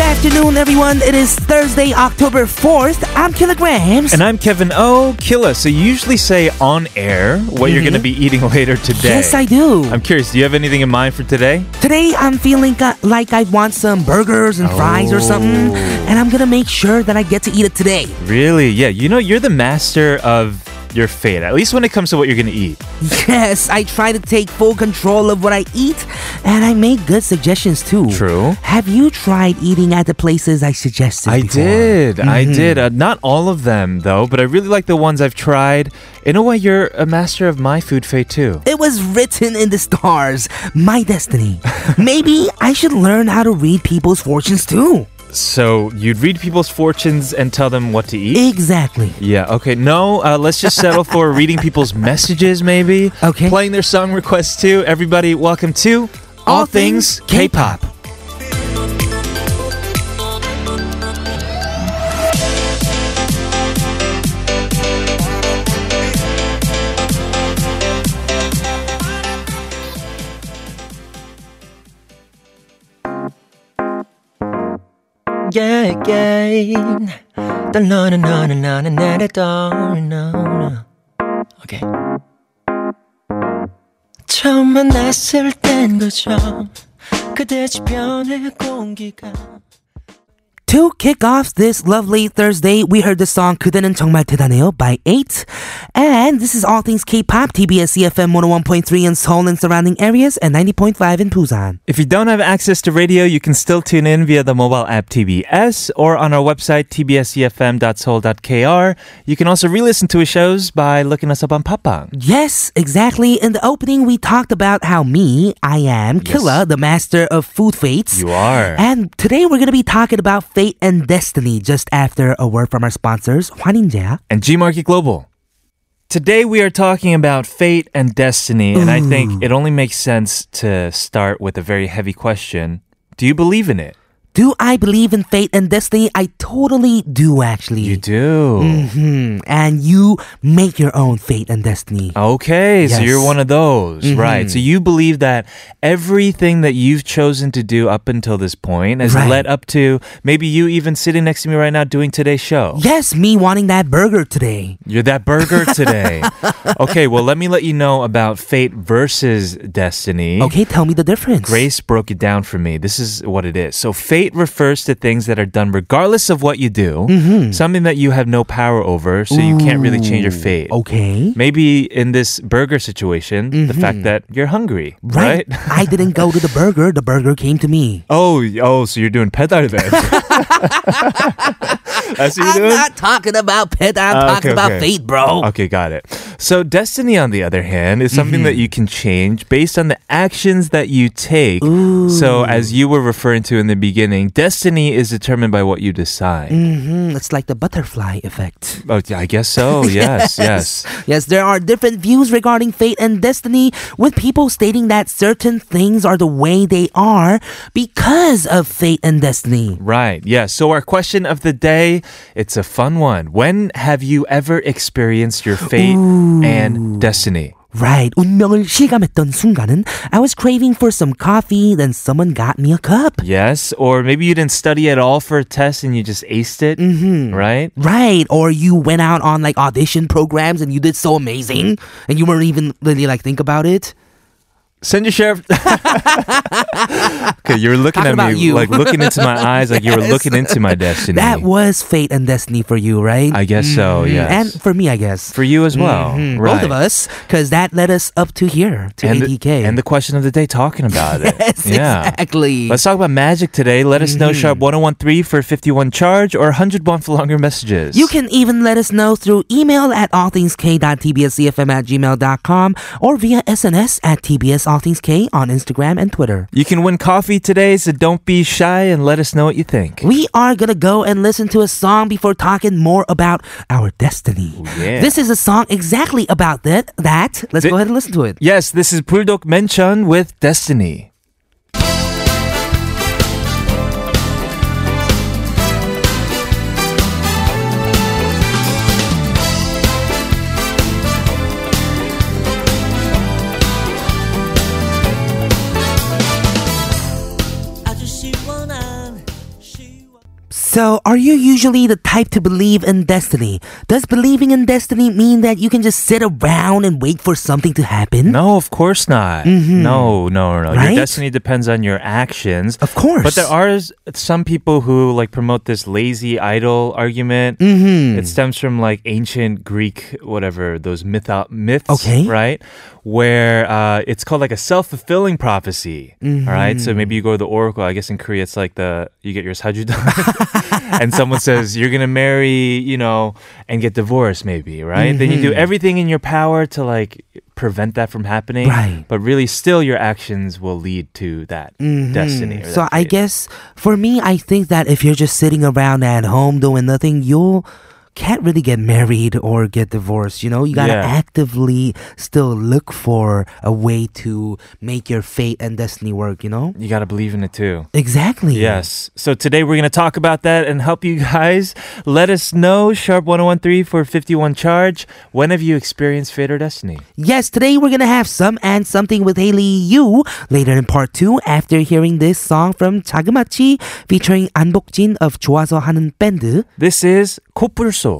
afternoon, everyone. It is Thursday, October 4th. I'm Kilograms. And I'm Kevin O. Killa. So you usually say on air what you're going to be eating later today. yes, I do. I'm curious, do you have anything in mind for today? Today, I'm feeling ca- like I want some burgers and fries or something, Oh. and I'm gonna make sure that I get to eat it today. Really? Yeah. You know, you're the master of your fate, at least when it comes to what you're going to eat. Yes, I try to take full control of what I eat, and I make good suggestions too. True. Have you tried eating at the places I suggested? I before? did. I did. Uh, not all of them, though, but I really like the ones I've tried. In a way, you're a master of my food fate, too. It was written in the stars, my destiny. Maybe I should learn how to read people's fortunes too. So you'd read people's fortunes and tell them what to eat? Exactly. Yeah, okay. No, uh, let's just settle for reading people's messages, maybe. Okay. Playing their song requests, too. Everybody, welcome to All Things K-Pop. Yeah, again. The no, no, no, no, no, no, no, no, no, no, no. Okay. 처음 만났을 땐 그저 그대 집 변의 공기가 To kick off this lovely Thursday, we heard the song 그대는 정말 대단해요 by 8. And this is All Things K-Pop, TBS EFM 101.3 in Seoul and surrounding areas and 90.5 in Busan. If you don't have access to radio, you can still tune in via the mobile app TBS or on our website, E tbsefm.soul.kr. You can also re listen to his shows by looking us up on Papang. Yes, exactly. In the opening, we talked about how me, I am Killa, the master of food fates. are. And today we're going to be talking about fate and destiny just after a word from our sponsors, 환인제야. and G Market Global. Today we are talking about fate and destiny, and I think it only makes sense to start with a very heavy question. Do you believe in it? Do I believe in fate and destiny? I totally do, actually. You do. hmm And you make your own fate and destiny. Okay, so you're Yes. Mm-hmm. one of those, right? So you believe that everything that you've chosen to do up until this point has Right. led up to maybe you even sitting next to me right now doing today's show. Yes, me wanting that burger today. You're that burger today. okay, well, let me let you know about fate versus destiny. Okay, tell me the difference. Mm. Grace broke it down for me. This is what it is. So, fate refers to things that are done regardless of what you do, Mm-hmm. something that you have no power over, so you can't really change your fate. Okay. Maybe in this burger situation, the fact Mm-hmm. that you're hungry, right? I didn't go to the burger, the burger came to me. Oh, oh, so you're doing pedal then. That's what you're I'm doing? not talking about pet, I'm Ah, talking okay, about okay. fate, bro. Okay, got it. So, destiny, on the other hand, is something that you can change based on the actions that you take. So, as you were referring to in the beginning, destiny is determined by what you decide. hmm It's like the butterfly effect. Oh, yeah, I guess so. Yes, yes. Yes, there are different views regarding fate and destiny, with people stating that certain things are the way they are because of fate and destiny. Right. Yeah. So our question of the day, it's a fun one. When have you ever experienced your fate and destiny? Right. 운명을 실감했던 순간은 I was craving for some coffee, then someone got me a cup. Yes, or maybe you didn't study at all for a test and you just aced it, mm-hmm. right? Right. Or you went out on like audition programs and you did so amazing and you weren't even really like think about it. Send your sheriff. okay, you were looking Talking at me about you. like looking into my eyes, like you were Yes. looking into my destiny. That was fate and destiny for you, right? I guess Mm, so. Yes, And for me, I guess. for you as well, Mhm. right? Both of us, because that led us up to here, to and ADK. the, and the question of the day, talking about it. yes, yeah. exactly. Mm-hmm. Let's talk about magic today. Let us know sharp 1013 for 51 charge or 101 for longer messages. You can even let us know through email at allthingsk.tbscfm at gmail.com or via SNS at TBS All Things K on Instagram and Twitter. You can win coffee today, so don't be shy and let us know what you think. We are gonna go and listen to a song before talking more about our destiny. Oh, yeah. This is a song exactly about that. That let's Thi- go ahead and listen to it. Yes, this is Bulldog Menchun with Destiny. So, are you usually the type to believe in destiny? Does believing in destiny mean that you can just sit around and wait for something to happen? No, of course not. No, no, no. Hmm? no. Mm-hmm. Right? Your destiny depends on your actions. Of course. But there are s- some people who like promote this lazy idol argument. Mm. Mm-hmm. It stems from like ancient Greek, whatever those myth myths, Okay. right? Where uh, it's called like a self fulfilling prophecy. All right, so Mm-hmm. maybe you go to the oracle. I guess in Korea, it's like the you get your sajudan, and someone says you're gonna marry, you know, and get divorced, maybe, right? Then you do Mm-hmm. everything in your power to like prevent that from happening. Right. But really, still, your actions will lead to that destiny. or Mm-hmm. So that I fate. guess for me, I think that if you're just sitting around at home doing nothing, you'll can't really get married or get divorced. You know, you gotta Yeah. actively still look for a way to make your fate and destiny work. You know, you got to believe in it too. exactly. Yes. So today we're going to talk about that and help you guys. Let us know, Sharp 1013 for 51 charge. When have you experienced fate or destiny? Yes, today we're gonna have some and something with Haley Yu later in part two after hearing this song from Chagamachi featuring An Bokjin of 좋아서 하는 밴드. This is 코뿔소.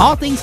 All things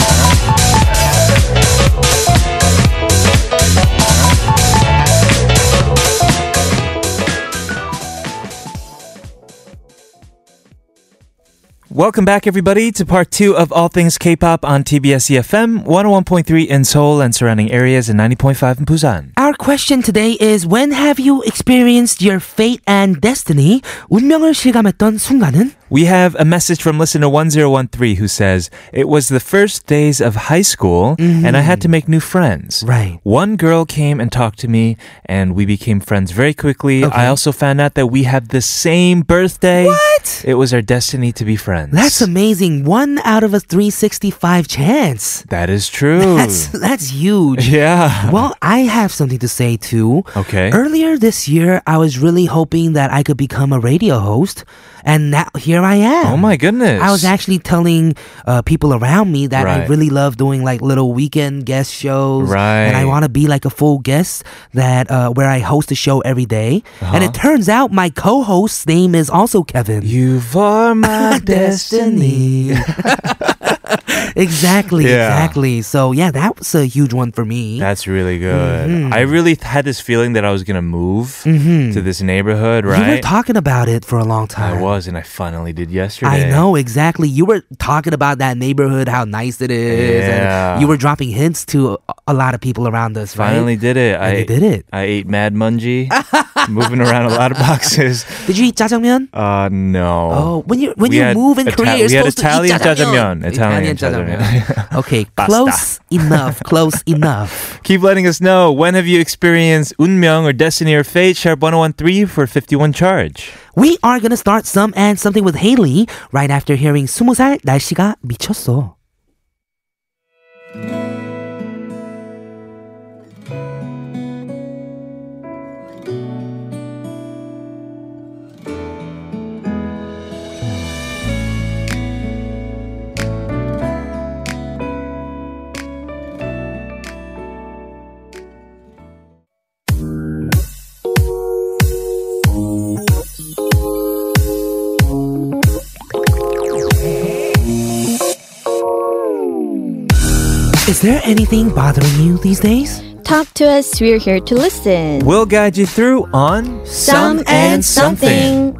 Welcome back, everybody, to part two of All Things K-Pop on TBS EFM 101.3 in Seoul and surrounding areas and 90.5 in Busan. Our question today is when have you experienced your fate and destiny? 운명을 실감했던 순간은? We have a message from listener 1013 who says, It was the first days of high school and I had to make new friends. Mm-hmm. Right. One girl came and talked to me and we became friends very quickly. I also found out that we have the same birthday. What? It was our destiny to be friends. That's amazing. One out of a 365 chance. That is true. That's that's huge. yeah. Well, I have something to say too. Okay. Earlier this year, I was really hoping that I could become a radio host, and now here I am. Oh my goodness. I was actually telling uh, people around me that I Right. really love doing like little weekend guest shows, and I Right. want to be like a full guest that uh, where I host a show every day. And it turns out my co-host's name is also Kevin. Uh-huh. You are my destiny. exactly, Yeah. exactly. So yeah, that was a huge one for me. That's really good. Mm-hmm. I really had this feeling that I was going to move to this neighborhood, right? You were talking about it for a long I time. was, and I finally did I yesterday. know exactly. You were talking about that neighborhood, how nice it is, Yeah. and you were dropping hints to a, a lot of people around us. Right? Finally did it. And I you did it. I ate mad mungie, moving around a lot of boxes. Did you eat jajangmyeon? Uh, no. Oh, when you when We you had move in Ita- Korea, you're we had supposed to Italian eat jajangmyeon. jajangmyeon. Italian jajangmyeon. okay, close enough. Close enough. Keep letting us know when have you experienced unmyeong or destiny or fate? Sharp 1013 for 51 charge. We are gonna start some and something with Haley right after hearing 스무 살 날씨가 미쳤어. Is there anything bothering you these days? Talk to us. We're here to listen. We'll guide you through on Some and something.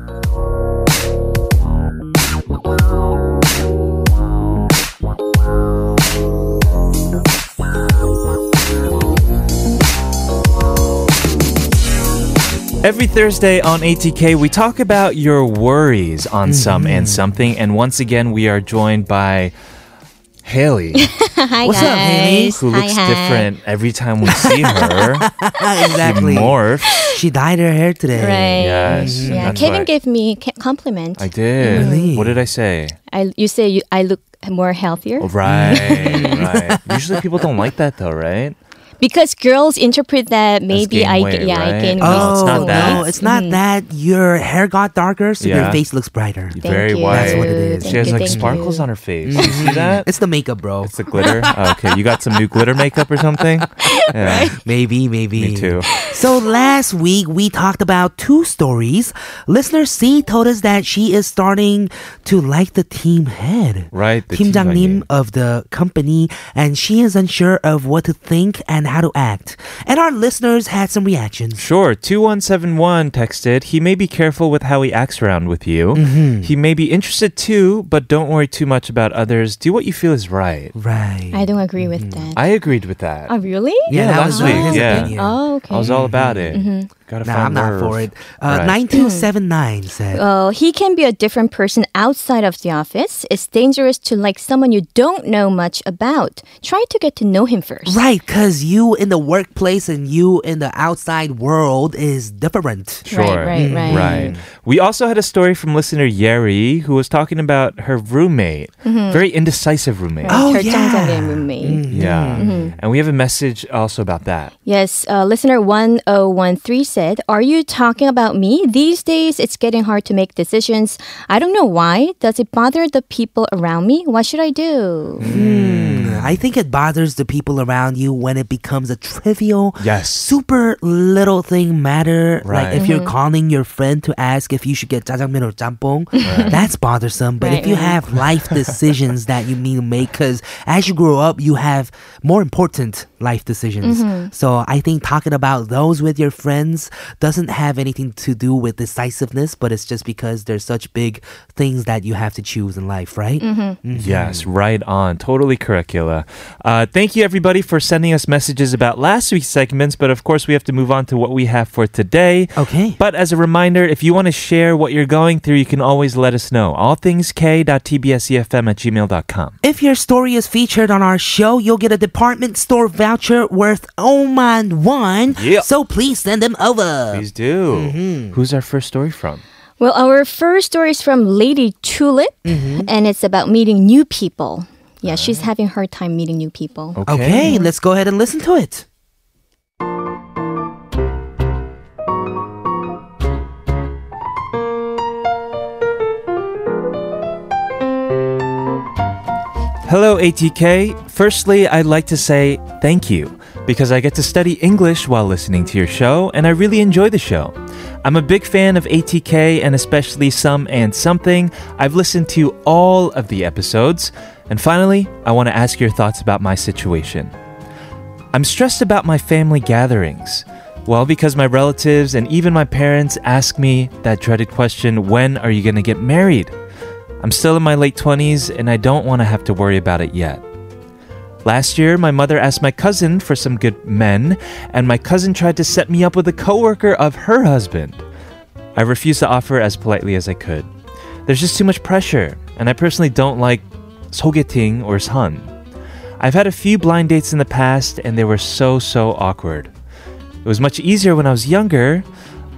Every Thursday on ATK, we talk about your worries on Mm-hmm. some and something. And once again, we are joined by Haley, Hi What's up, Haley? guys. who looks hi, hi. different every time we see her. exactly. Morph. She dyed her hair today. Right. Yes, Yeah. that's Kevin right. gave me ca- compliment. I did. Really? What did I say? Oh, I you say you, I look more healthier Right, Mm. right. Usually people don't like that though, right? because girls interpret that maybe gain I weight, yeah I right? gain No, Oh, it's weight. not so that. no, much. it's not Mm-hmm. Mhm. that. Your hair got darker, so your Yeah. face looks brighter. Thank Very you. That's white. what it is. Mm-hmm. She has Thank like you, thank sparkles you. on her face. You see that? It's the makeup, bro. It's the glitter. Oh, okay, you got some new glitter makeup or something? Yeah, Maybe, maybe. me too. So last week we talked about two stories. Listener C told us that she is starting to like the team head. Right, the Kim Jang Nim 팀장님. of the company, and she is unsure of what to think and how to act. And our listeners had some reactions. Sure. 2171 texted, he may be careful with how he acts around with you. He may be interested too, but don't worry too much about others. Do what you feel is right. Right. I don't agree with that. Mm-hmm. I agreed with that. oh really? yeah, Yeah, that was last really week, his yeah. opinion. Oh okay. I was all about it. Mm-hmm. Gotta nah, find I'm not love. for it. Uh, Right. 9279 said. Uh, he can be a different person outside of the office. It's dangerous to like someone you don't know much about. Try to get to know him first. Right, because you in the workplace and you in the outside world is different. Sure. Right, right, right. Right. We also had a story from listener Yeri who was talking about her roommate, Mm-hmm. very indecisive roommate. Oh, 결정장애 yeah. roommate. Mm. Yeah. Mm-hmm. And we have a message also about that. Yes, uh, listener 1013 said, Are you talking about me? These days, it's getting hard to make decisions. I don't know why. Does it bother the people around me? What should I do? Mm. Hmm. Hmm. I think it bothers the people around you when it becomes a trivial, Yes. super little thing matter. Like Right. if you're calling your friend to ask if you should get jajangmyeon or jampong, that's bothersome. But if Right, you right. have life decisions that you need to make, because as you grow up, you have more important life decisions. So I think talking about those with your friends doesn't have anything to do with decisiveness, but it's just because there's such big things that you have to choose in life, right? Mm-hmm. Yes, right on. Totally curricula. Uh, thank you, everybody, for sending us messages about last week's segments. But of course, we have to move on to what we have for today. Okay. But as a reminder, if you want to share what you're going through, you can always let us know. allthingsk.tbsefm E at gmail.com. If your story is featured on our show, you'll get a department store voucher worth Oman one. Yeah. So please send them over. Please do. Mm-hmm. Who's our first story from? Well, our first story is from Lady Tulip, and it's about meeting new people. Yeah, she's having a hard time meeting new people. Okay, let's go ahead and listen to it. Hello, ATK. Firstly, I'd like to say thank you because I get to study English while listening to your show, and I really enjoy the show. I'm a big fan of ATK and especially Some and Something. I've listened to all of the episodes. And finally, I want to ask your thoughts about my situation. I'm stressed about my family gatherings. Well, because my relatives and even my parents ask me that dreaded question when are you going to get married? I'm still in my late 20s and I don't want to have to worry about it yet. Last year, my mother asked my cousin for some good men, and my cousin tried to set me up with a coworker of her husband. I refused to offer as politely as I could. There's just too much pressure, and I personally don't like 소개팅 or son. I've had a few blind dates in the past, and they were so, so awkward. It was much easier when I was younger.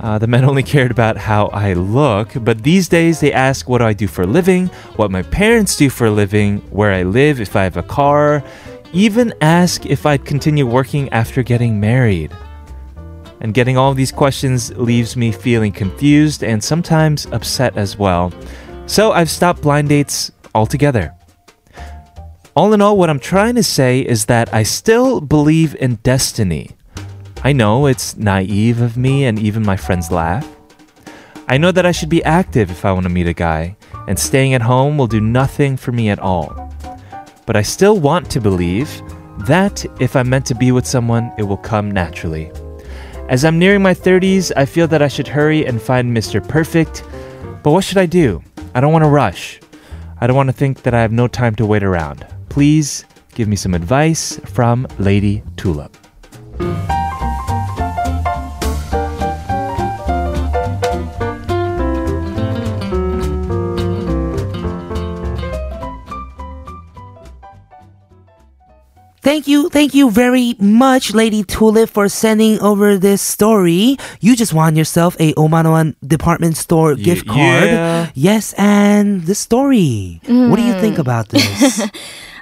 Uh, the men only cared about how I look, but these days they ask what do I do for a living, what my parents do for a living, where I live, if I have a car, even ask if I'd continue working after getting married. And getting all these questions leaves me feeling confused and sometimes upset as well. So I've stopped blind dates altogether. All in all, what I'm trying to say is that I still believe in destiny. I know it's naive of me, and even my friends laugh. I know that I should be active if I want to meet a guy, and staying at home will do nothing for me at all. But I still want to believe that if I'm meant to be with someone, it will come naturally. As I'm nearing my 30s, I feel that I should hurry and find Mr. Perfect, but what should I do? I don't want to rush. I don't want to think that I have no time to wait around. Please give me some advice from Lady Tulip. Thank you, thank you very much, Lady Tulip, for sending over this story. You just won yourself a Omanoan department store gift card. yeah. Yes, and the story. What do you think about this?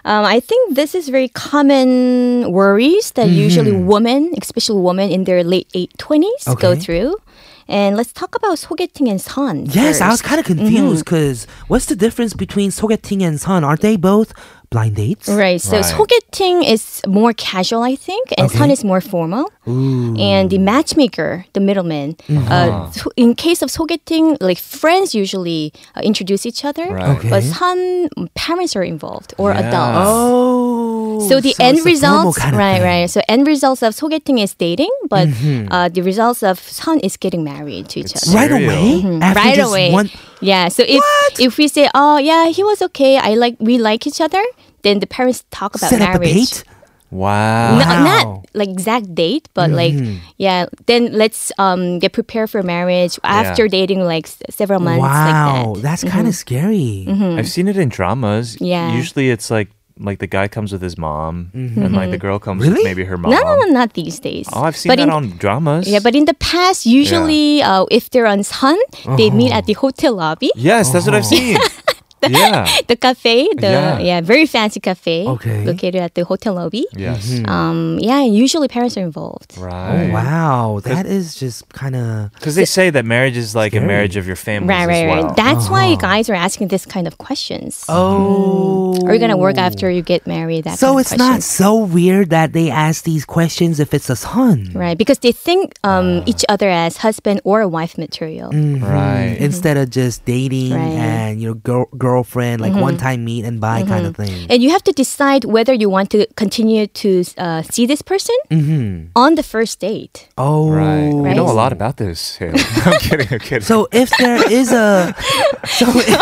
Um, I think this is very common worries that Mm-hmm. usually women, especially women in their late eight twenties, go Okay. through. And let's talk about 소개팅 and 선. yes, I was first. kind of confused because what's the difference between 소개팅 and 선? Aren't they both blind dates? Right, so Right. 소개팅 is more casual, I think, and Okay. 선 is more formal. And the matchmaker, the middleman, uh, Mm-hmm. so- in case of 소개팅, like friends usually uh, introduce each other, Right. Okay. but 선 parents are involved or Yeah. adults. Oh. So the end it's a formal results, kind of thing. right, Mm-hmm. right. So end results of 소개팅 is dating, but uh, the results of son is getting married to each other. Right Cereal. away? After Mm-hmm. right just away. one- yeah. So if if we say, oh yeah, he was okay. I like we like each other. Then the parents talk about set up a date? marriage. Wow. No, Wow. Mm-hmm. Not like exact date, but like yeah. Then let's um get prepared for marriage after dating like s- several months. Wow, like that. Mm-hmm. that's kind of scary. I've seen it in dramas. Yeah. Usually it's like like the guy comes with his mom and like the girl comes Mm-hmm. Really? with maybe her mom. Mm-hmm. No, no, no, not these days. Oh, I've seen But that in- on dramas. Yeah, but in the past, usually uh, if they're on Sun, they meet Oh. at the hotel lobby, Yes, that's what I've seen. yeah. the cafe, the yeah, Yeah. very fancy cafe Okay. Mm. located at the hotel lobby. Yes. Um, yeah, and usually parents are involved. Mm-hmm. Right. Oh, Wow, that is just kind of Because they say that marriage is like a marriage of your families Right, right, as well. right. That's why Uh-huh. guys are asking this kind of questions. Mm-hmm. oh. Are you gonna work after you get married? That So kind of it's not questions. so weird that they ask these questions if it's a son right because they think Ah. um, each other as husband or wife material. Mm. Mm-hmm. Right. instead of just dating Mm-hmm. Right. Mm-hmm. and your girl- girlfriend like one time meet and buy kind of thing. And you have to decide whether you want to continue to uh, see this person Mm-hmm. on the first date. oh, Right. You know a Right. lot about this. Haley. I'm kidding. I'm kidding. So if there is a, so if-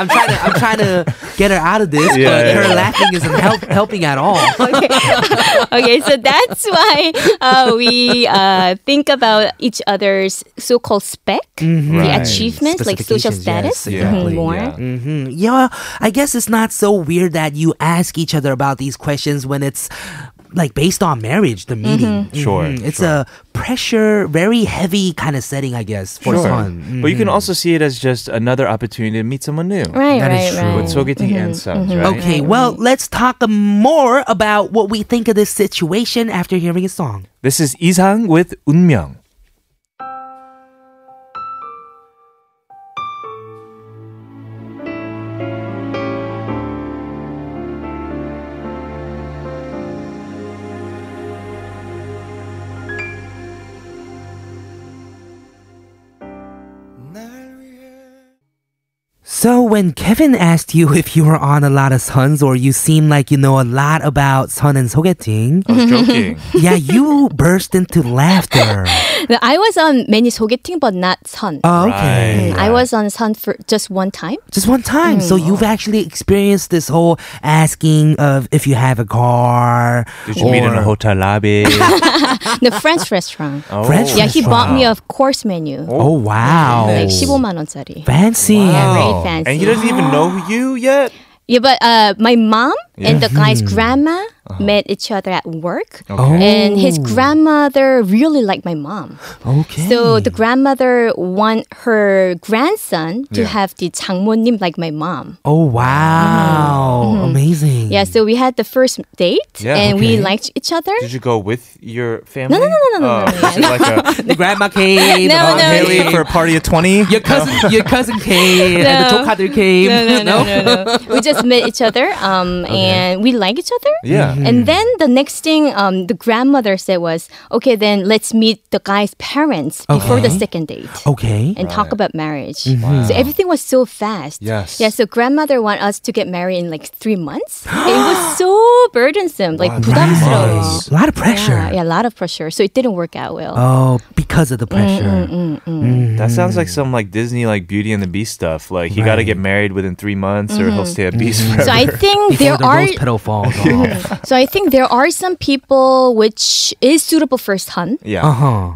I'm trying to I'm trying to get her out of this, Yeah, but yeah, her yeah. laughing isn't help, helping at all. okay. okay, so that's why uh, we uh, think about each other's so-called spec, the Right. achievements, like social Mm-hmm. Specifications, status, yes, Yeah. exactly, mhm, more. yeah. hmm Yeah, I guess it's not so weird that you ask each other about these questions when it's like based on marriage, the meeting. Sure, Mhm. It's a pressure, very heavy kind of setting, I guess, for Mm. Sure. son. But you can also see it as just another opportunity to meet someone new. Right, Mm-hmm. That is right, true. right. With Sogeting and Sons, right? Okay, well, let's talk more about what we think of this situation after hearing a song. This is Izhang with 운명. So, when Kevin asked you if you were on a lot of sons or you seem like you know a lot about son and sogeting, I was joking. yeah, you burst into laughter. No, I was on many sogeting, but not Sun. Mm, Oh, Right. okay. I was on Sun for just one time. Just one time. So you've Mm. actually experienced this whole asking of if you have a car. Did you meet in a or- hotel lobby? The French restaurant. Oh. French Yeah, he bought me restaurant. a course menu, Oh wow. like 15만 원짜리. Fancy. Wow. very Oh. And fancy. he doesn't even know you yet? Yeah, but uh, my mom and the guy's Mm-hmm. grandma Uh-huh. met each other at work. Oh. And his grandmother really liked my mom. Okay. So the grandmother want her grandson to Yeah. have the 장모님 like my mom. oh wow. Amazing. Mm-hmm. Yeah, so we had the first date Mm. Yeah. and Okay. we liked each other. Did you go with your family? no, no, no, no, Oh, no, no, is it like The a grandma came. the No, mom no, came, Haley Haley for a party of 20? Your cousin, your cousin came, and the No. 조카들 came. No, no, no, no, no. we just met each other um, and we like each other. Yeah. Hmm. And then the next thing um, the grandmother said was, okay, then let's meet the guy's parents Uh-huh. before the Okay. second date. Okay. and talk about marriage. Mm-hmm. So everything was so fast. Yes. Yeah. So grandmother want us to get married in like three months. And it was so burdensome, like 부담스러워. A months. lot of pressure. Yeah, yeah, a lot of pressure. So it didn't work out well. Oh, because of the pressure. Mm, That sounds like some like Disney like Beauty and the Beast stuff. Like you got to get married within three months, or he'll stay a beast Mm-hmm. forever. Mm-hmm. so I think Before there the are rose petal falls off. so I think there are some people which is suitable for son yeah. Uh huh.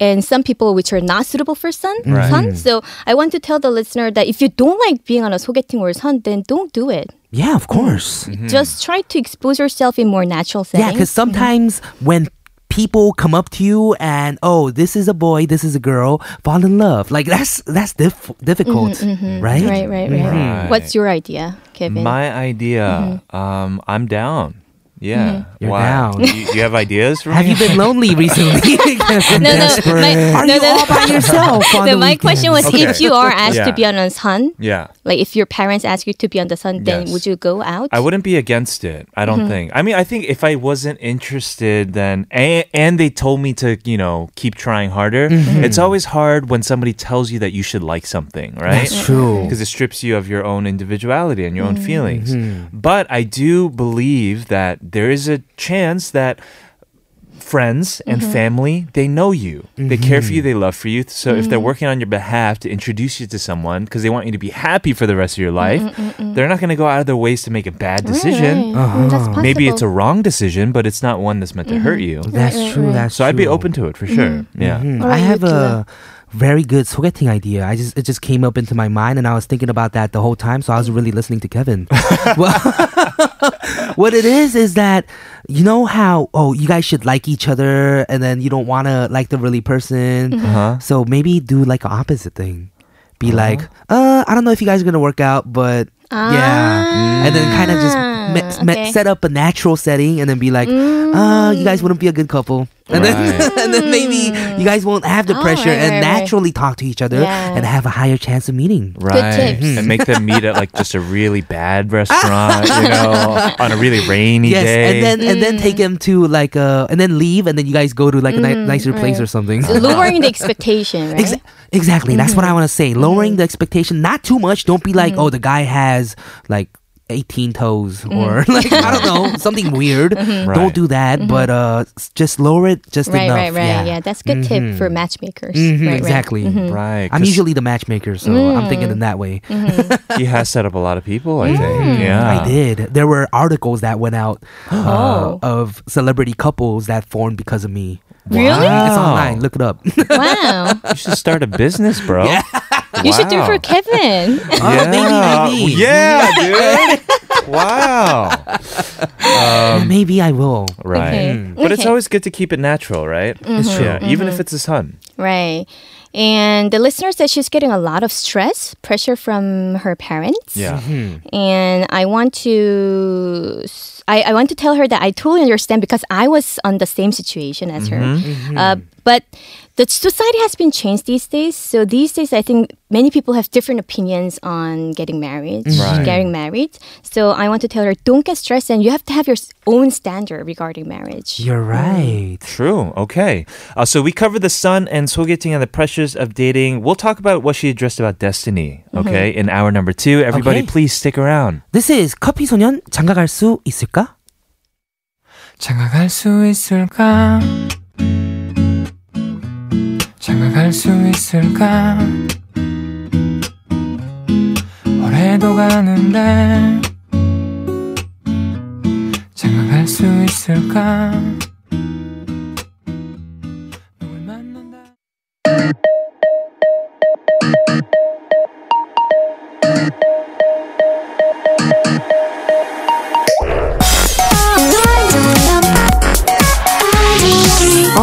and some people which are not suitable for sun, Right. sun. So I want to tell the listener that if you don't like being on a 소개팅 or sun, then don't do it. Yeah, of course. Just try to expose yourself in more natural settings. Yeah, because sometimes when people come up to you and oh, this is a boy, this is a girl, fall in love. Like that's that's diff- difficult, right? Mm-hmm, Right, right, right. Right. Hmm. What's your Mm-hmm. idea, Kevin? My idea, um, I'm down. Yeah. Mm-hmm. You're wow. down. You, you have ideas for Have me? you been lonely recently? no, no, my, Are no, you no. all by yourself? on No, the my question was weekends? Okay. if you are asked to Yeah. be on a sun, yeah. like if your parents ask you to be on the sun, then Yes. would you go out? I wouldn't be against it. I don't think. I mean, I think if I wasn't interested, then and, and they told me to, you know, keep trying harder. It's always hard when somebody tells you that you should like something, right? That's true. Because it strips you of your own individuality and your own feelings. Mm-hmm. But I do believe that there is a chance that friends and Mm-hmm. family they know you they care for you they love for you so if Mm-hmm. they're working on your behalf to introduce you to someone because they want you to be happy for the rest of your life they're not going to go out of their ways to make a bad decision Right, right. Mm, that's possible. Uh-huh. maybe it's a wrong decision but it's not one that's meant to hurt you Oh, That's true. Mm-hmm. That's so i'd be true. open to it for sure yeah Mm, Or I you have do a very good 소개팅 idea. I just it just came up into my mind, and I was thinking about that the whole time. So I was really listening to Kevin. well, what it is is that you know how oh you guys should like each other, and then you don't want to like the really person. Mm-hmm. Uh-huh. So maybe do like an opposite thing. Be like, uh, I don't know if you guys are gonna work out, but yeah, and then kind of just me- me- Ah. Mm, okay. Mm. set up a natural setting, and then be like, uh, you guys wouldn't be a good couple, and then and then maybe you guys won't have the Oh, pressure right, and right, right. naturally talk to each other Yeah. and have a higher chance of meeting. Right, tips. and make them meet at like just a really bad restaurant, you know, on a really rainy Yes, day. and then and then take Mm. them to like uh and then leave, and then you guys go to like a ni- nicer place or something. lowering the expectation, right? Exa- Mm-hmm. exactly. That's what I want to say. Lowering the expectation, not too much. Don't be like, oh, the guy has like 18 toes Mm. or like, I don't know, something weird. Right. Don't do that, but uh, s- just lower it just Mm-hmm. Right, enough. right, right. Yeah, that's good Mm-hmm. tip for matchmakers. Mhm, Right, Mm-hmm. Mm. right. exactly. right, I'm 'cause usually the matchmaker, so I'm thinking in that way. Mm-hmm. he has set up a lot of people. I think, yeah, Mm. I did. There were articles that went out uh, Oh. of celebrity couples that formed because of me. Really? Wow. It's online. Look it up. Wow. You should start a business, bro. You should do it for Kevin. Oh, maybe, maybe. Yeah, dude. wow. Um, Maybe I will. Mm. Right. Mm-hmm. Okay. But it's Okay. always good to keep it natural, right? It's true. Yeah, even if it's the sun. right. And the listener said she's getting a lot of stress, pressure from her parents. Yeah. and I want to I, I want to tell her that I totally understand because I was on the same situation as her. Mm-hmm. Uh, but the society has been changed these days. So these days, I think many people have different opinions on getting married, Right. getting married. So I want to tell her, don't get stressed, and you have to have your s- own standard regarding marriage. You're right. True. Okay. Uh, so we covered the sun and sogeting and the pressures of dating. We'll talk about what she addressed about destiny, okay, in hour number two. Everybody, Okay. please stick around. This is 커피 소년 장가 갈 수 있을까? 장가갈 수 있을까? 장가갈 수 있을까? 올해도 가는데 장가갈 수 있을까? 누굴 만난다.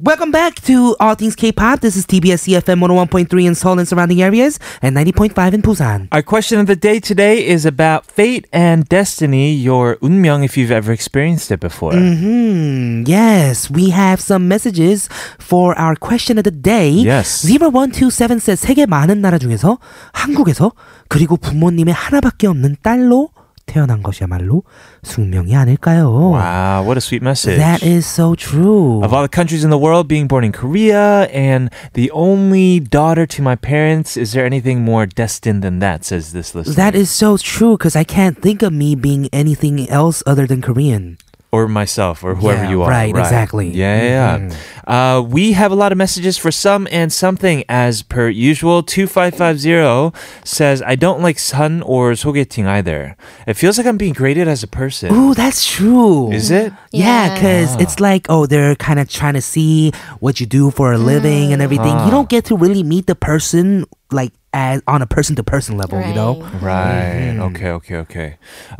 Welcome back to All Things K-pop. This is TBS CFM 101.3 in Seoul and surrounding areas and 90.5 in Busan. Our question of the day today is about fate and destiny, your unmyeong, if you've ever experienced it before. Hmm. Yes, we have some messages for our question of the day. Yes. 0127 says 세계 많은 나라 중에서 한국에서 그리고 부모님의 하나밖에 없는 딸로 태어난 것이야말로 숙명이 아닐까요? Wow, what a sweet message. That is so true. of all the countries in the world being born in Korea and the only daughter to my parents, is there anything more destined than that? Says this list. That is so true because I can't think of me being anything else other than Korean. or myself or whoever Yeah, you are. right, exactly. Mm-hmm. Yeah, yeah. yeah. Uh, we have a lot of messages for some and something as per usual. 2550 says, I don't like sun or 소개팅 either. It feels like I'm being graded as a person. Ooh, that's true. Is it? Yeah, because it's like, oh, they're kind of trying to see what you do for a living and everything. You don't Mm. get to really meet the person like as, on a person to person level, you know? Right. Right. Mm-hmm. Okay, okay, okay.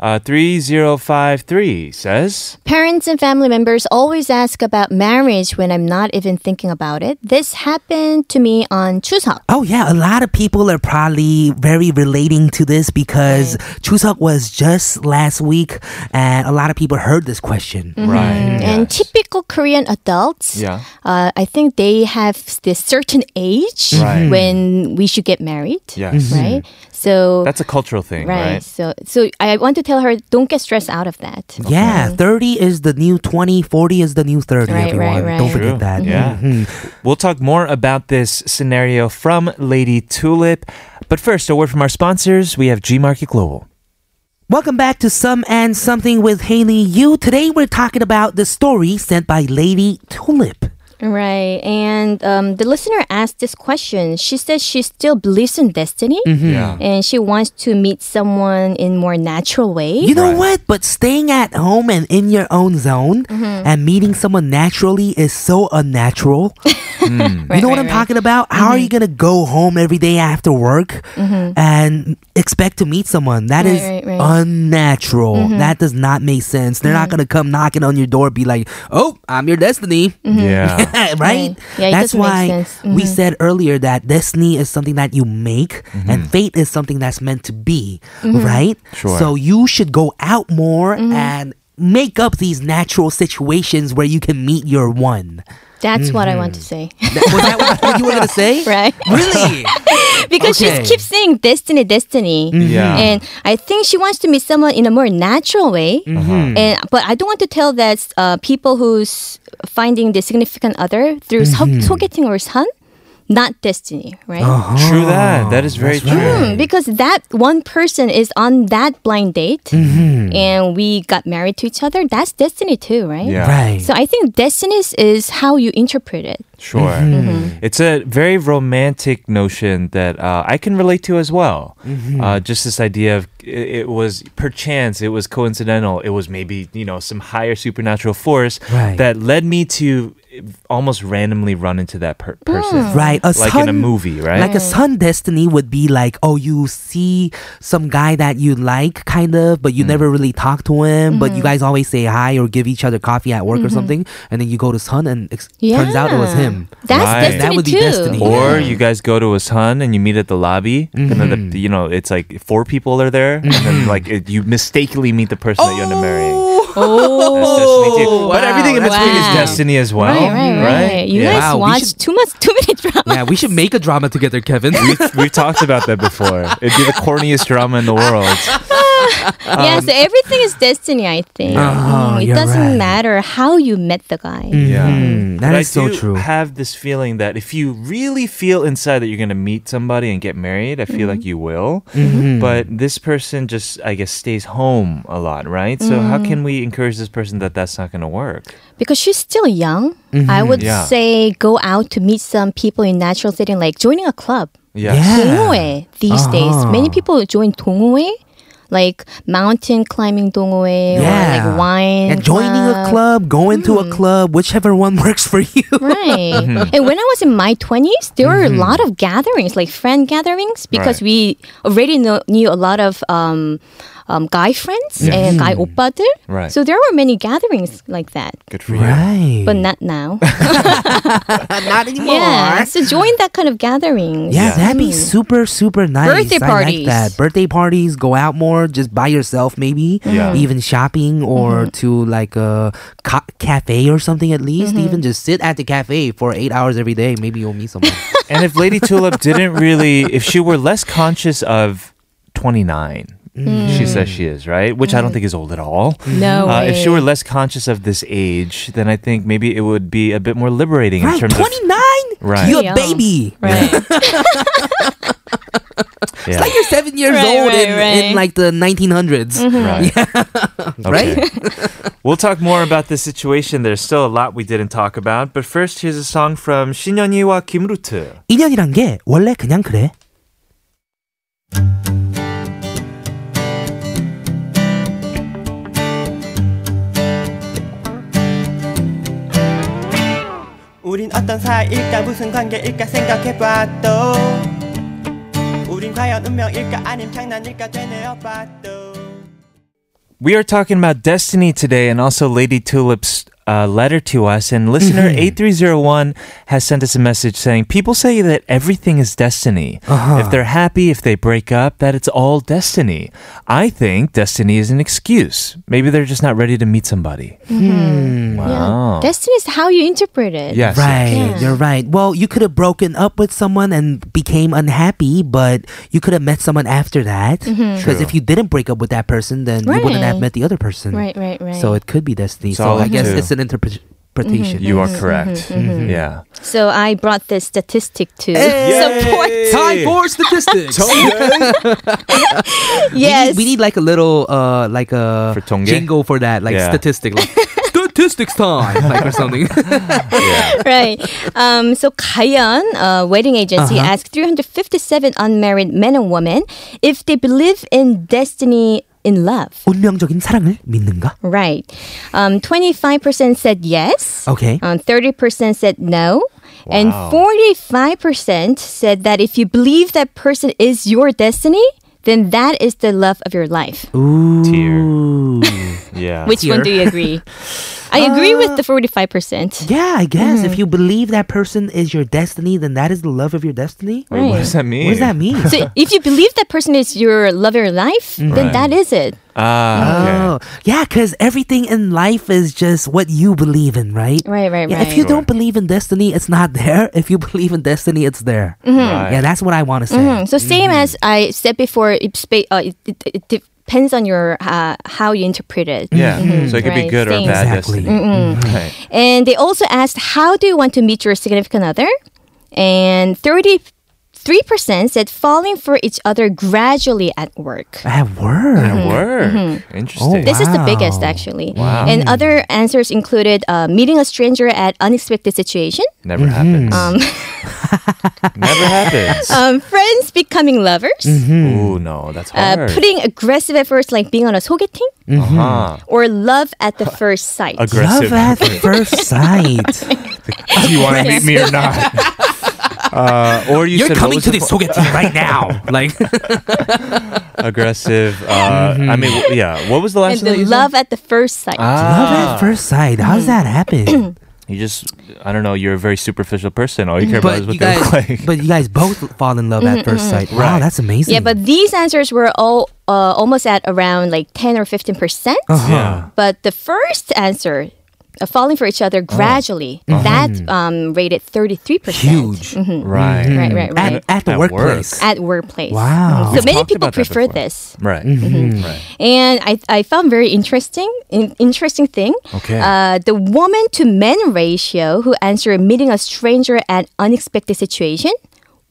Uh, 3053 says, Parents and family members always ask about marriage when I'm not even thinking about it. This happened to me on Chuseok. Oh yeah, a lot of people are probably very relating to this because Chuseok was just last week, and a lot of people heard this question. Mm. Right. And yes. typical Korean adults, Yeah. uh, I think they have this certain age Right. when we should get married, Yes. right? So That's a cultural thing, right. right? So so I want to tell her don't get stressed out of that. Yeah, 30 is the new 20, 40 is the new 30, Right, everyone. right, right. Don't True. forget that. Mm-hmm. Yeah. We'll talk more about this scenario from Lady Tulip. But first, a word from our sponsors. We have G Market Global. Welcome back to Some and Something with Haley You. Today we're talking about the story sent by Lady Tulip. Right. And um, the listener asked this question. She says she still believes in destiny Mm-hmm. and she wants to meet someone in more natural way. You know what? But staying at home and in your own zone Mm-hmm. and meeting someone naturally is so unnatural. you know what I'm talking about? How are you going to Mm-hmm. go home every day after work and expect to meet someone? That Right, is right, right. Mm-hmm. unnatural. That does not make sense. They're not going to come knocking on your door be like, "Oh, I'm your destiny." Yeah. right? Yeah, it that's doesn't make why sense. Mm-hmm. we said earlier that destiny is something that you make Mm-hmm. and fate is something that's meant to be, Mm-hmm. right? Sure. So you should go out more and make up these natural situations where you can meet your one. That's what I want to say. Mm-hmm. That- was that what, what you were going to say? right. Really? because Okay. she keeps saying destiny, destiny. Mm-hmm. Yeah. And I think she wants to meet someone in a more natural way. Mm-hmm. Uh-huh. And but I don't want to tell that uh, people who's finding the significant other through Mm-hmm. mm 소개팅 or 선, not destiny, right? True Ah, that. That is very true. Mm, because that one person is on that blind date Mm-hmm. and we got married to each other. That's destiny too, right? Yeah. Right. So I think destiny is- is how you interpret it. Sure. Mm-hmm. Mm-hmm. It's a very romantic notion that uh, I can relate to as well. Mm-hmm. Uh, just this idea of it, it was perchance, it was coincidental, it was maybe, you know, some higher supernatural force Right. that led me to almost randomly run into that per- person. Right. A Like in a son- movie, right? Like a son destiny would be like, oh, you see some guy that you like, kind of, but you Mm-hmm. never really talk to him, but you guys always say hi or give each other coffee at Mm-hmm. work or something, and then you go to son and ex- turns out it was him. Yeah. That's Right. destiny That would be too. destiny. Or you guys go to a son and you meet at the lobby, and then the, you know it's like four people are there, and then like it, you mistakenly meet the person that you end up marrying. That's destiny too. But everything in that's between Oh, wow. is destiny as well, Right, right, right. You yeah. guys Wow, we watch should- too much, too many dramas. Yeah, we should make a drama together, Kevin. We've talked about that before. It'd be the corniest drama in the world. yeah, so everything is destiny, I think. Oh, Mm, it um, you're doesn't right. matter how you met the guy. Yeah. Mm, that Mm-hmm. But is so I do true. have this feeling that if you really feel inside that you're going to meet somebody and get married, I feel like you will. Mm-hmm. But this person just, I guess, stays home a lot, right? So how can we encourage this person that that's not going to work? Because she's still young, Mm-hmm. I would Yeah. say go out to meet some people in natural setting, like joining a club. Yeah. Uh-huh. 동호회 these days. Many people join 동호회, like mountain climbing 동호회 or like wine. Yeah, Mm-hmm. joining a club, going to a club, whichever one works for you. Right. Mm-hmm. And when I was in my 20s, there were a lot of gatherings, like friend gatherings, because we already know, knew a lot of um, um, guy friends and guy Mm-hmm. oppa들. Right. So there were many gatherings like that, Good for Right. but not now. not anymore. yeah. So join that kind of Mm. gatherings. Yeah, that'd be super, super nice. Hmm. Birthday I parties. Like that. Birthday parties, go out more, just by yourself, maybe. Yeah. Even shopping or Mm-hmm. to like a ca- cafe or something at least. Mm-hmm. Even just sit at the cafe for eight hours every day. Maybe you'll meet someone. And if Lady Tulip didn't really, if she were less conscious of 29, Mm. she says she is, right? Which I don't think is old at all. No Uh, if she way. were less conscious of this age, then I think maybe it would be a bit more liberating in Right, terms 29? Right. You're a Young. baby. Right. of yeah, Like you're seven years Right, old right, in, in right. Mm-hmm. like the 1900s. right. Right? we'll talk more about this situation. There's still a lot we didn't talk about, but first here's a song from 신현이와 김루트. 인연이란 게 원래 그냥 그래. 우린 어떤 사이일까 무슨 관계일까 생각해봐도 우린 과연 운명일까 아님 장난일까 되뇌어봐도 We are talking about Destiny today and also Lady Tulip's uh, letter to us. And listener 8301 has sent us a message saying, People say that everything is destiny. If they're happy, if they break up, that it's all destiny. I think destiny is an excuse. Maybe they're just not ready to meet somebody. Mm-hmm. Wow. Destiny is how you interpret it. Yes. Right, Yeah. you're right. Well, you could have broken up with someone and became unhappy, but you could have met someone after that. Because True. if you didn't break up with that person, then you wouldn't have Mm-hmm. Right. met the other person. Right, right, right. So it could be destiny. It's so all I up guess to- it's an interpretation. Mm-hmm. You are correct. Yeah. So I brought this statistic to support. Time for statistics. Yes. We need like a little, uh, like a For Tongge? jingle for that, like Yeah. statistic, like statistics time, like or something. right. Um, so Kayan, a wedding agency, Uh-huh. asked 357 unmarried men and women if they believe in destiny in love. 운명적인 사랑을 믿는가? Right. Um, 25% said yes. Okay. Um, 30% said no. And Uh-huh. Wow. 45% said that if you believe that person is your destiny, then that is the love of your life. Tear. Yeah. Which one do you agree? I agree with Uh, the 45%. Yeah, I guess if you believe that person is your destiny, then that is the love of your destiny. Wait, what does that mean? What does that mean? So if you believe that person is your love of your life, then Right. that is it. Ah, okay. Oh, yeah, because everything in life is just what you believe in, right? Right, right, Yeah, right. if you don't believe in destiny, it's not there. If you believe in destiny, it's there. Right. Mm-hmm. Yeah, that's what I want to say. Mm, so same Mm-hmm. as I said before, it, spa- uh, it, it, it depends on your uh, how you interpret it. Yeah. So it could be Right, good or same. bad Exactly. Mm-hmm. destiny. Right. And they also asked, how do you want to meet your significant other? And 33% said falling for each other gradually at work. At work. At work. Mm-hmm. Interesting. This is the Wow. Hmm. biggest, actually. Wow. And other answers included uh, meeting a stranger at unexpected situation, Never Mm-hmm. happens. Um, Never happens. um, friends becoming lovers, Mm-hmm. Ooh, no, that's uh, hard. putting aggressive efforts like being on a 소개팅, uh-huh. or love at the first sight. Aggressive. Love at first sight. Do you want to meet me or not? Uh, or you Mm-hmm. You're said, what coming was to the this po- 소개팅 right now. Like, aggressive. Uh, I Mm-hmm. mean, w- yeah. What was the And last one? that the you said? love at the first sight. love at Ah, first sight. How does that happen? you just, I don't know. You're a very superficial person. All you care about is but, what you they guys, look like. but you guys both fall in love at first sight. Wow, Right. that's amazing. Yeah, but these answers were all uh, almost at around like 10 or 15%. Uh-huh. yeah. Oh. But the first answer, uh, falling for each other gradually, Mm-hmm. that um, rated 33%. Huge. Right. Mm-hmm. Right, right, Mm. right. At, at the At work. workplace. At workplace. Wow. So many talked people about that prefer before. this. Right. Mm-hmm. Right. And I, I found very interesting, in, interesting thing. Okay. Uh, the woman to men ratio who answered meeting a stranger at unexpected situation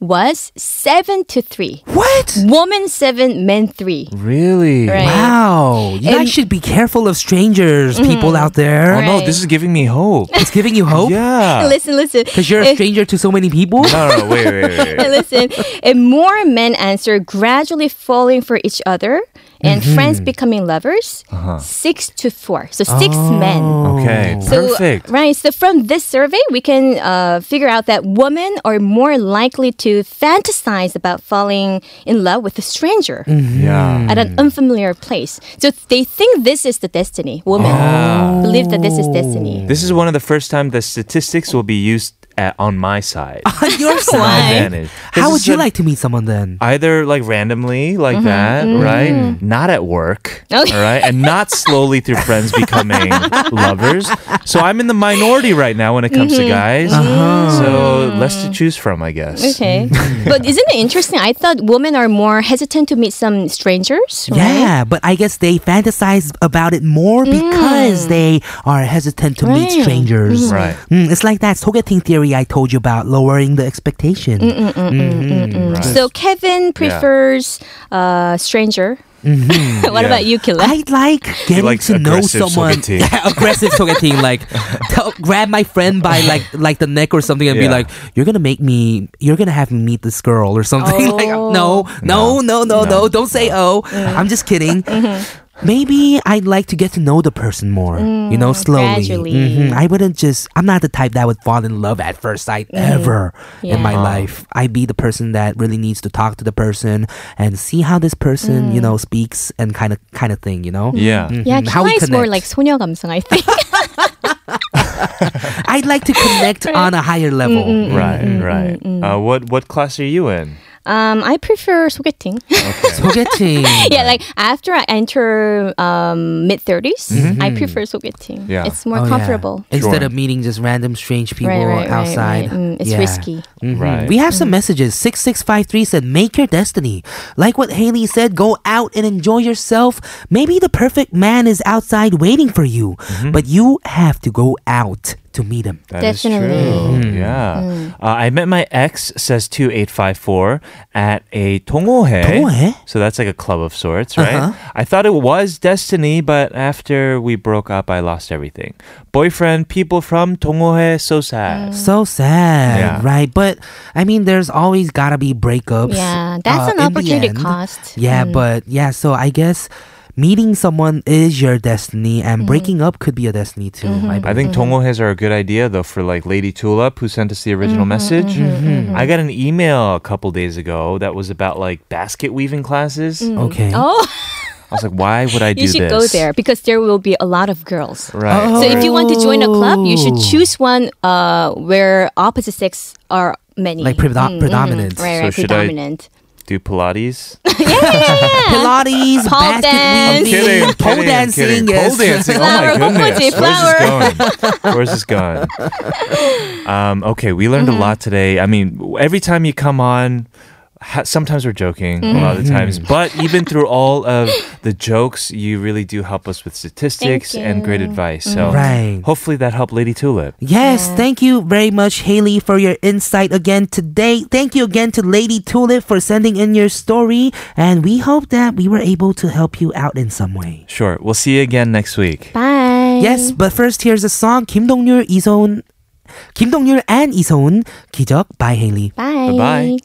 was 7 to 3. What? Woman 7, men 3. Really? Right. Wow. You guys And- should be careful of strangers, people out there. Mm-hmm. Oh, no, Right. this is giving me hope. It's giving you hope yeah. Listen, listen. because you're a stranger to so many people. No, no, no, wait, wait, wait. wait. Listen, and more men answer gradually falling for each other and friends becoming lovers, six to four. So six men. Oh. Okay, So, Oh, perfect. Right. So from this survey, we can uh, figure out that women are more likely to fantasize about falling in love with a stranger mm. Yeah. at an unfamiliar place. So they think this is the destiny. Women believe that this is destiny. This is one of the first time the statistics will be used at, on my side. On your my side. advantage. Oh, How would This you is a- like Mm-hmm. to meet someone then? Either like randomly, like that, Mm. right? Not at work, Oh. Okay. all right? And not slowly through friends becoming lovers. So I'm in the minority right now when it comes to Mm-hmm. guys. Mm. So less to choose from, I guess. Okay. but isn't it interesting? I thought women are more hesitant to meet some strangers. right? Yeah, but I guess they fantasize about it more because they are hesitant to meet Right. strangers. Mm. Right. Mm-hmm. Mm, it's like that 소개팅 theory I told you about, lowering the expectation. Mm, Right. So Kevin prefers uh, stranger. what Yeah. about you, Killa? Mm-hmm. I like getting likes to know aggressive someone. sogeting. Yeah, aggressive sogeting, like tell, grab my friend by like like the neck or something and be Yeah. like, "You're gonna make me, you're gonna have me meet this girl or something." like, no, Oh. no, no, no, no, don't say oh. I'm just kidding. Mm-hmm. Maybe I'd like to get to know the person more, you know, slowly. Mhm. Mm, gradually. I wouldn't just, I'm not the type that would fall in love at first sight ever in Mm-hmm. Yeah. my life. I'd be the person that really needs to talk to the person and see how this person, you Mm. know, speaks and kind of kind of thing, you know? Yeah. yeah, Mhm, how we Killa is more like connect. 소녀 감성, I think. I'd like to connect on a higher level. Right, mm, right. Uh, what what class are you in? um, I prefer 소개팅. 소개팅. yeah, like after I enter um, mid 30s, I prefer 소개팅. Yeah. It's more Oh, Mm-hmm. yeah. comfortable. Instead Sure. of meeting just random strange people outside. Mm, it's Yeah. risky. Mm-hmm. Mhm. Right. We have some messages. 6653 said, Make your destiny. Like what Haley said, go out and enjoy yourself. Maybe the perfect man is outside waiting for you, Mm-hmm. but you have to go out to meet him. That is Definitely. Mm. true. Yeah. Uh, I met my ex, says 2854, at a 동호회. 동호회? So that's like a club of sorts, right? Uh-huh. I thought it was destiny, but after we broke up, I lost everything. Boyfriend, people from 동호회, so sad. Mm. So sad, Yeah. right? But I mean, there's always gotta be breakups. Yeah, that's uh, in an the opportunity end. cost. Yeah, Mm. but yeah, so I guess meeting someone is your destiny, and Mm-hmm. breaking up could be a destiny too. I, believe. I think 동호회s are a good idea, though, for like Lady Tulip, who sent us the original Mm-hmm, message. I got an email a couple days ago that was about like basket weaving classes. Okay. Oh, I was like, why would I do you should this? go there Uh-huh. because there will be a lot of girls. Right. Oh. So if you want to join a club, you should Oh. choose one uh, where opposite sex are many. Like Mm-hmm. predo- predominant. Right, So right, should I- predominant. Do Pilates? Pilates, Pole basket dance. I'm weaving, kidding, I'm pole kidding, I'm dancing. kidding. yes. Pole dancing. Oh Flower, my Kokoji, goodness. flower. Where's this going? Where's this going? Um, okay, we learned a lot today. I mean, every time you come on, ha- sometimes we're joking a lot of the times, but even through all of the jokes, you really do help us with statistics Thank and great advice. So Mm-hmm. Right. hopefully that helped Lady Tulip. Yes, thank you very much, Haley, for your insight again today. Thank you again to Lady Tulip for sending in your story, and we hope that we were able to help you out in some way. Sure, we'll see you again next week. Bye. Yes, but first here's a song Kim Dong-yul, 이소은, Kim Dong-yul and 이소은 기적 by Haley. Bye. Bye-bye.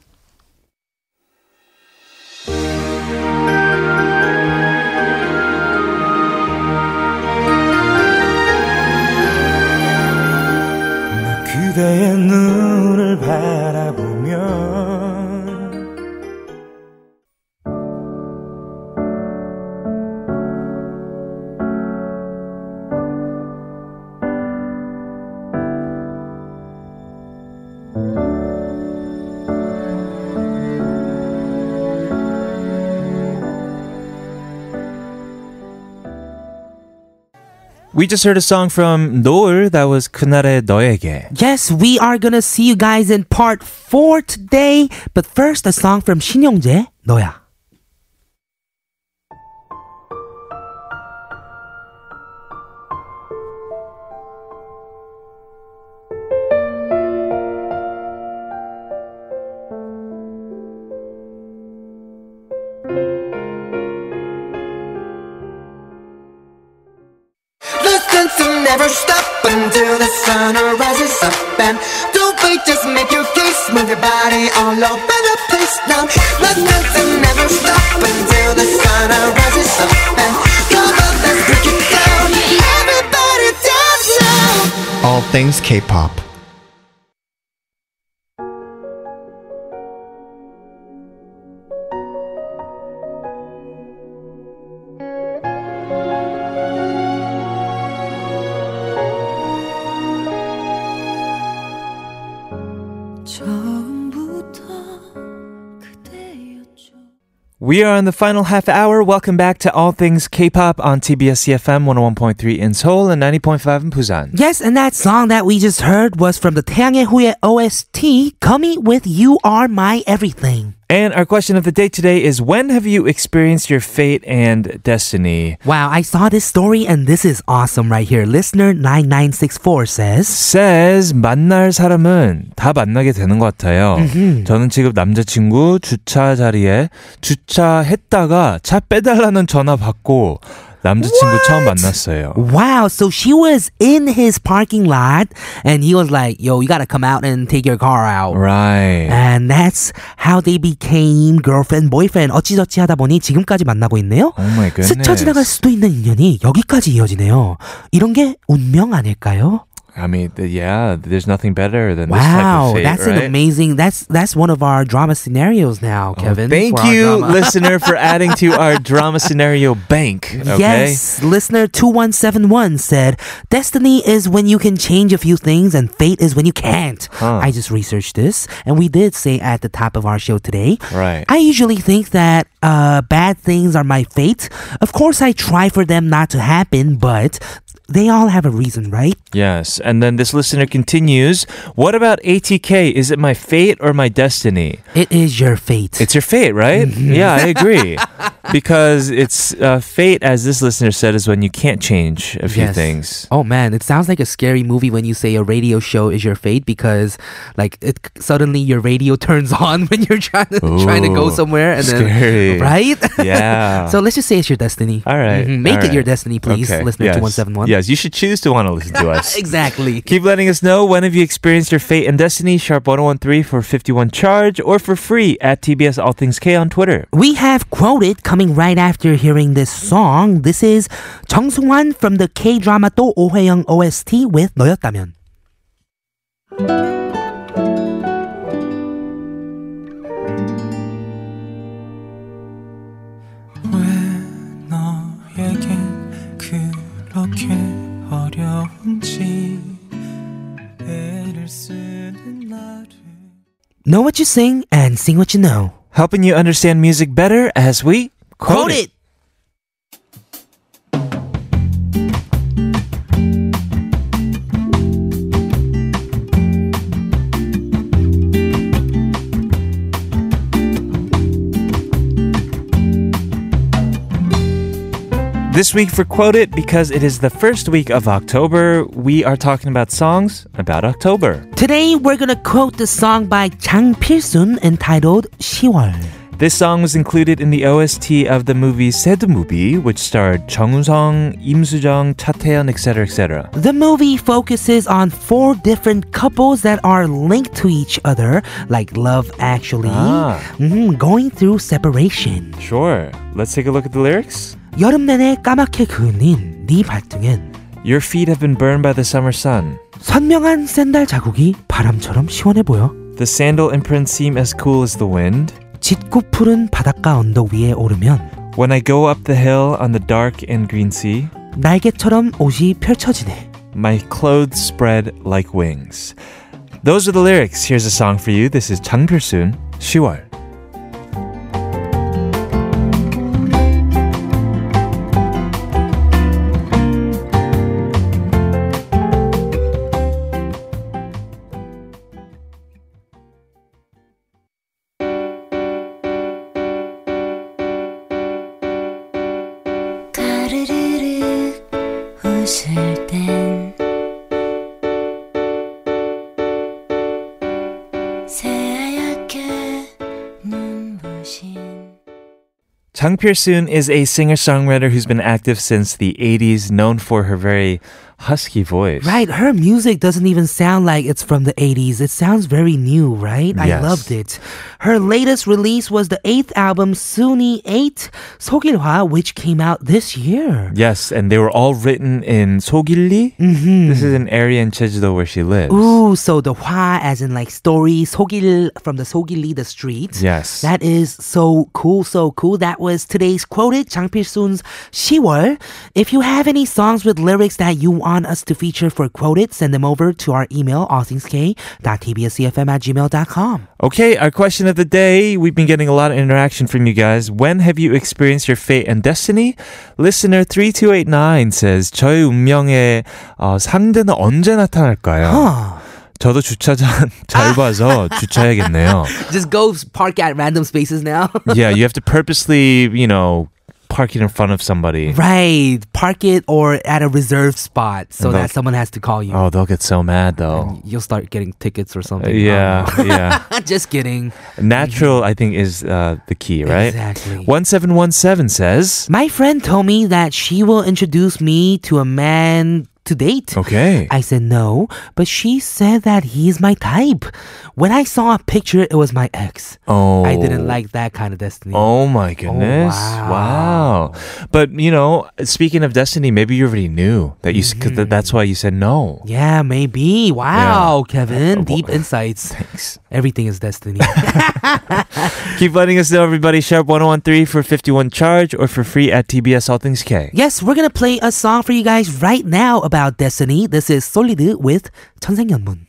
그대의 눈을 바라보면 We just heard a song from Noel that was 그날의 너에게. Yes, we are gonna see you guys in part 4 today, but first a song from 신용재, 너야. Listen to never stop until the sun rises up and don't wait, just make your case, move your body all over the place now. Listen to never stop until the sun rises up and come on, let's break it down. Everybody dance now. All things K-pop. We are on the final half hour. Welcome back to All Things K-pop on TBS EFM 101.3 in Seoul and 90.5 in Busan. Yes, and that song that we just heard was from the 태양의 후예 OST, Gummy with You Are My Everything. And our question of the day today is when have you experienced your fate and destiny? Wow, I saw this story and this is awesome right here. Listener 9964 says, says 만날 사람은 다 만나게 되는 것 같아요. 저는 지금 남자친구 주차 자리에 주차했다가 차 빼달라는 전화 받고 남자친구 처음 만났어요. Wow, so she was in his parking lot and he was like, Yo, you gotta come out and take your car out. Right. And that's how they became girlfriend, boyfriend. 어찌저찌 하다 보니 지금까지 만나고 있네요. Oh my goodness. 스쳐 지나갈 수도 있는 인연이 여기까지 이어지네요. 이런 게 운명 아닐까요? I mean, th- yeah, there's nothing better than this type Wow, of fate, that's right? Oh, an amazing. That's that's one of our drama scenarios now, Kevin. Thank for our you, drama. listener, for adding to our drama scenario bank. Okay? Yes, listener 2171 said, Destiny is when you can change a few things and fate is when you can't. Huh. I just researched this and we did say at the top of our show today. Right. I usually think that uh, bad things are my fate. Of course, I try for them not to happen, but they all have a reason, right? Yes. And then this listener continues What about ATK? Is it my fate or my destiny? It is your fate. It's your fate, right? Mm-hmm. Yeah, I agree. because it's uh, fate, as this listener said, is when you can't change a few Yes. things. Oh man, it sounds like a scary movie when you say a radio show is your fate because, like, it suddenly your radio turns on when you're trying to trying to go Ooh, somewhere and scary. then right. Yeah. so let's just say it's your destiny. all right. Mhm. Make all it your right. destiny, please, Okay, listener yes. to one seven one. Yes, you should choose to want to listen to us. exactly. Keep letting us know when have you experienced your fate and destiny. Sharp 1013 for 51 charge or for free at TBS All Things K on Twitter. We have quoted coming right after hearing this song. This is Jung Sung Wan from the K drama 또 오해영 OST with 너였다면. 왜 너에겐 그렇게 어려운지 애를 쓰는 나를 Know what you sing and sing what you know. Helping you understand music better as we quote, it. This week for Quote It, because it is the first week of October, we are talking about songs about October. Today we're gonna quote the song by Jang Pilsun entitled 10월. This song was included in the OST of the movie Said Movie, which starred Jung Eun-sung, Im Soo-jung, Cha Tae-yeon, etc., etc. The movie focuses on four different couples that are linked to each other, like love actually, Ah. Mhm, going through separation. Sure. Let's take a look at the lyrics. 여름 내내 까맣게 그을린 네 발등엔 Your feet have been burned by the summer sun. 선명한 샌달 자국이 바람처럼 시원해 보여. The sandal imprints seem as cool as the wind. 짙고 푸른 바닷가 언덕 위에 오르면 When I go up the hill on the dark and green sea, 날개처럼 옷이 펼쳐지네. my clothes spread like wings. Those are the lyrics. Here's a song for you. This is Chang Pil-soon, 10월. 가르르르 웃을 땐 새하얗게 눈부신 Chang Pil-soon is a singer-songwriter who's been active since the 80s, known for her very husky voice. Right, her music doesn't even sound like it's from the 80s. It sounds very new, right? I Yes. loved it. Her latest release was the eighth album, Suni 8, Sogilhwa, which came out this year. Yes, and they were all written in Sogilli. Mm-hmm. This is an area in Jeju-do where she lives. Mm. Ooh, so the hwa as in like story, sogil from the sogili, the street. Yes. That is so cool, so cool. That was today's quoted Jang Pilsun's 10월. If you have any songs with lyrics that you want us to feature for quoted, send them over to our email, allthingsk.tbscfm E at gmail.com. Okay, our question of the day. We've been getting a lot of interaction from you guys. When have you experienced your fate and destiny? Listener 3289 says, 저의 운명의 어, 상대는 언제 나타날까요? Huh. 저도 주차장 짧아서 주차해야겠네요. Just go park at random spaces now. Yeah, you have to purposely, you know, park it in front of somebody. right. Park it or at a reserved spot so And that they'll- someone has to call you. Oh, they'll get so mad though. Uh, You'll start getting tickets or something. I don't Yeah, yeah. know. Just kidding. Natural, I think, is uh, the key, right? Exactly. 1717 says, My friend told me that she will introduce me to a man to date. Okay. I said no, but she said that he's my type. When I saw a picture, it was my ex. oh. I didn't like that kind of destiny. Oh my goodness. wow. wow. But, you know, speaking of destiny, maybe you already knew that you s- 'cause th- that's why you said no. Mm-hmm. Yeah, maybe. Wow, Oh, Kevin. Deep insights. Thanks. Everything is destiny. Keep letting us know, everybody. Sharp 1013 for 51 charge or for free at TBS All Things K. yes, we're going to play a song for you guys right now about destiny. This is Solid with 천생연분.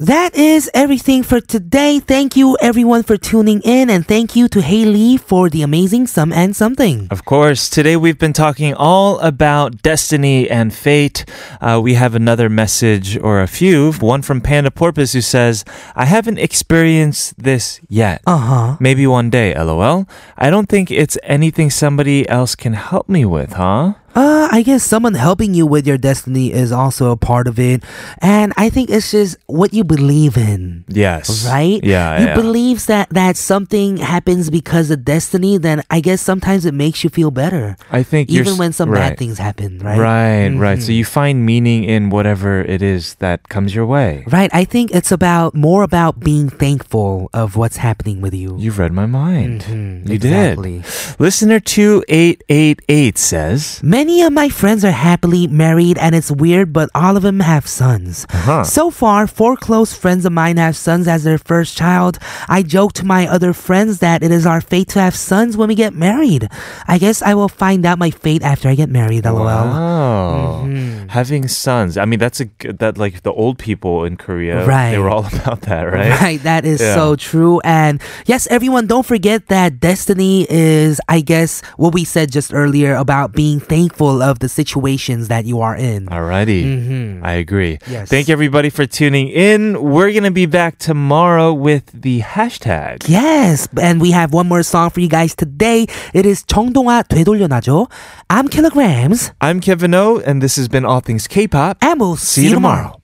That is everything for today. Thank you everyone for tuning in and thank you to Haley for the amazing Some and Something. Of course, today we've been talking all about destiny and fate. Uh, we have another message or a few, one from Panda Porpoise who says, I haven't experienced this yet. Uh-huh. Maybe one day, lol. I don't think it's anything somebody else can help me with, huh? Uh, I guess someone helping you with your destiny is also a part of it. And I think it's just what you believe in. Yes. Right? Yeah. You yeah. believes that that something happens because of destiny, then I guess sometimes it makes you feel better. I think you're Even s- when some right. bad things happen, right? Mm. Mm-hmm. Right, right. So you find meaning in whatever it is that comes your way. Right. I think it's about more about being thankful of what's happening with you. You've read my mind. Mhm, You exactly. did. Listener 2888 says, Many of my friends are happily married, and it's weird, but all of them have sons. Uh-huh. So far, four close friends of mine have sons as their first child. I joke to my other friends that it is our fate to have sons when we get married. I guess I will find out my fate after I get married, lol. Mm-hmm. Wow. Having sons. I mean, that's a g- that like the old people in Korea. They Right. were all about that, right? Right, that is Yeah. so true. And yes, everyone, don't forget that destiny is, I guess, what we said just earlier about being thankful of the situations that you are in. Mm-hmm. Alrighty. I agree. Yes. Thank everybody for tuning in. We're going to be back tomorrow with the hashtag. Yes, and we have one more song for you guys today. It is 정동아 되돌려놔줘. I'm Kilograms, I'm Kevin O, and this has been All Things K pop. and we'll see, you tomorrow.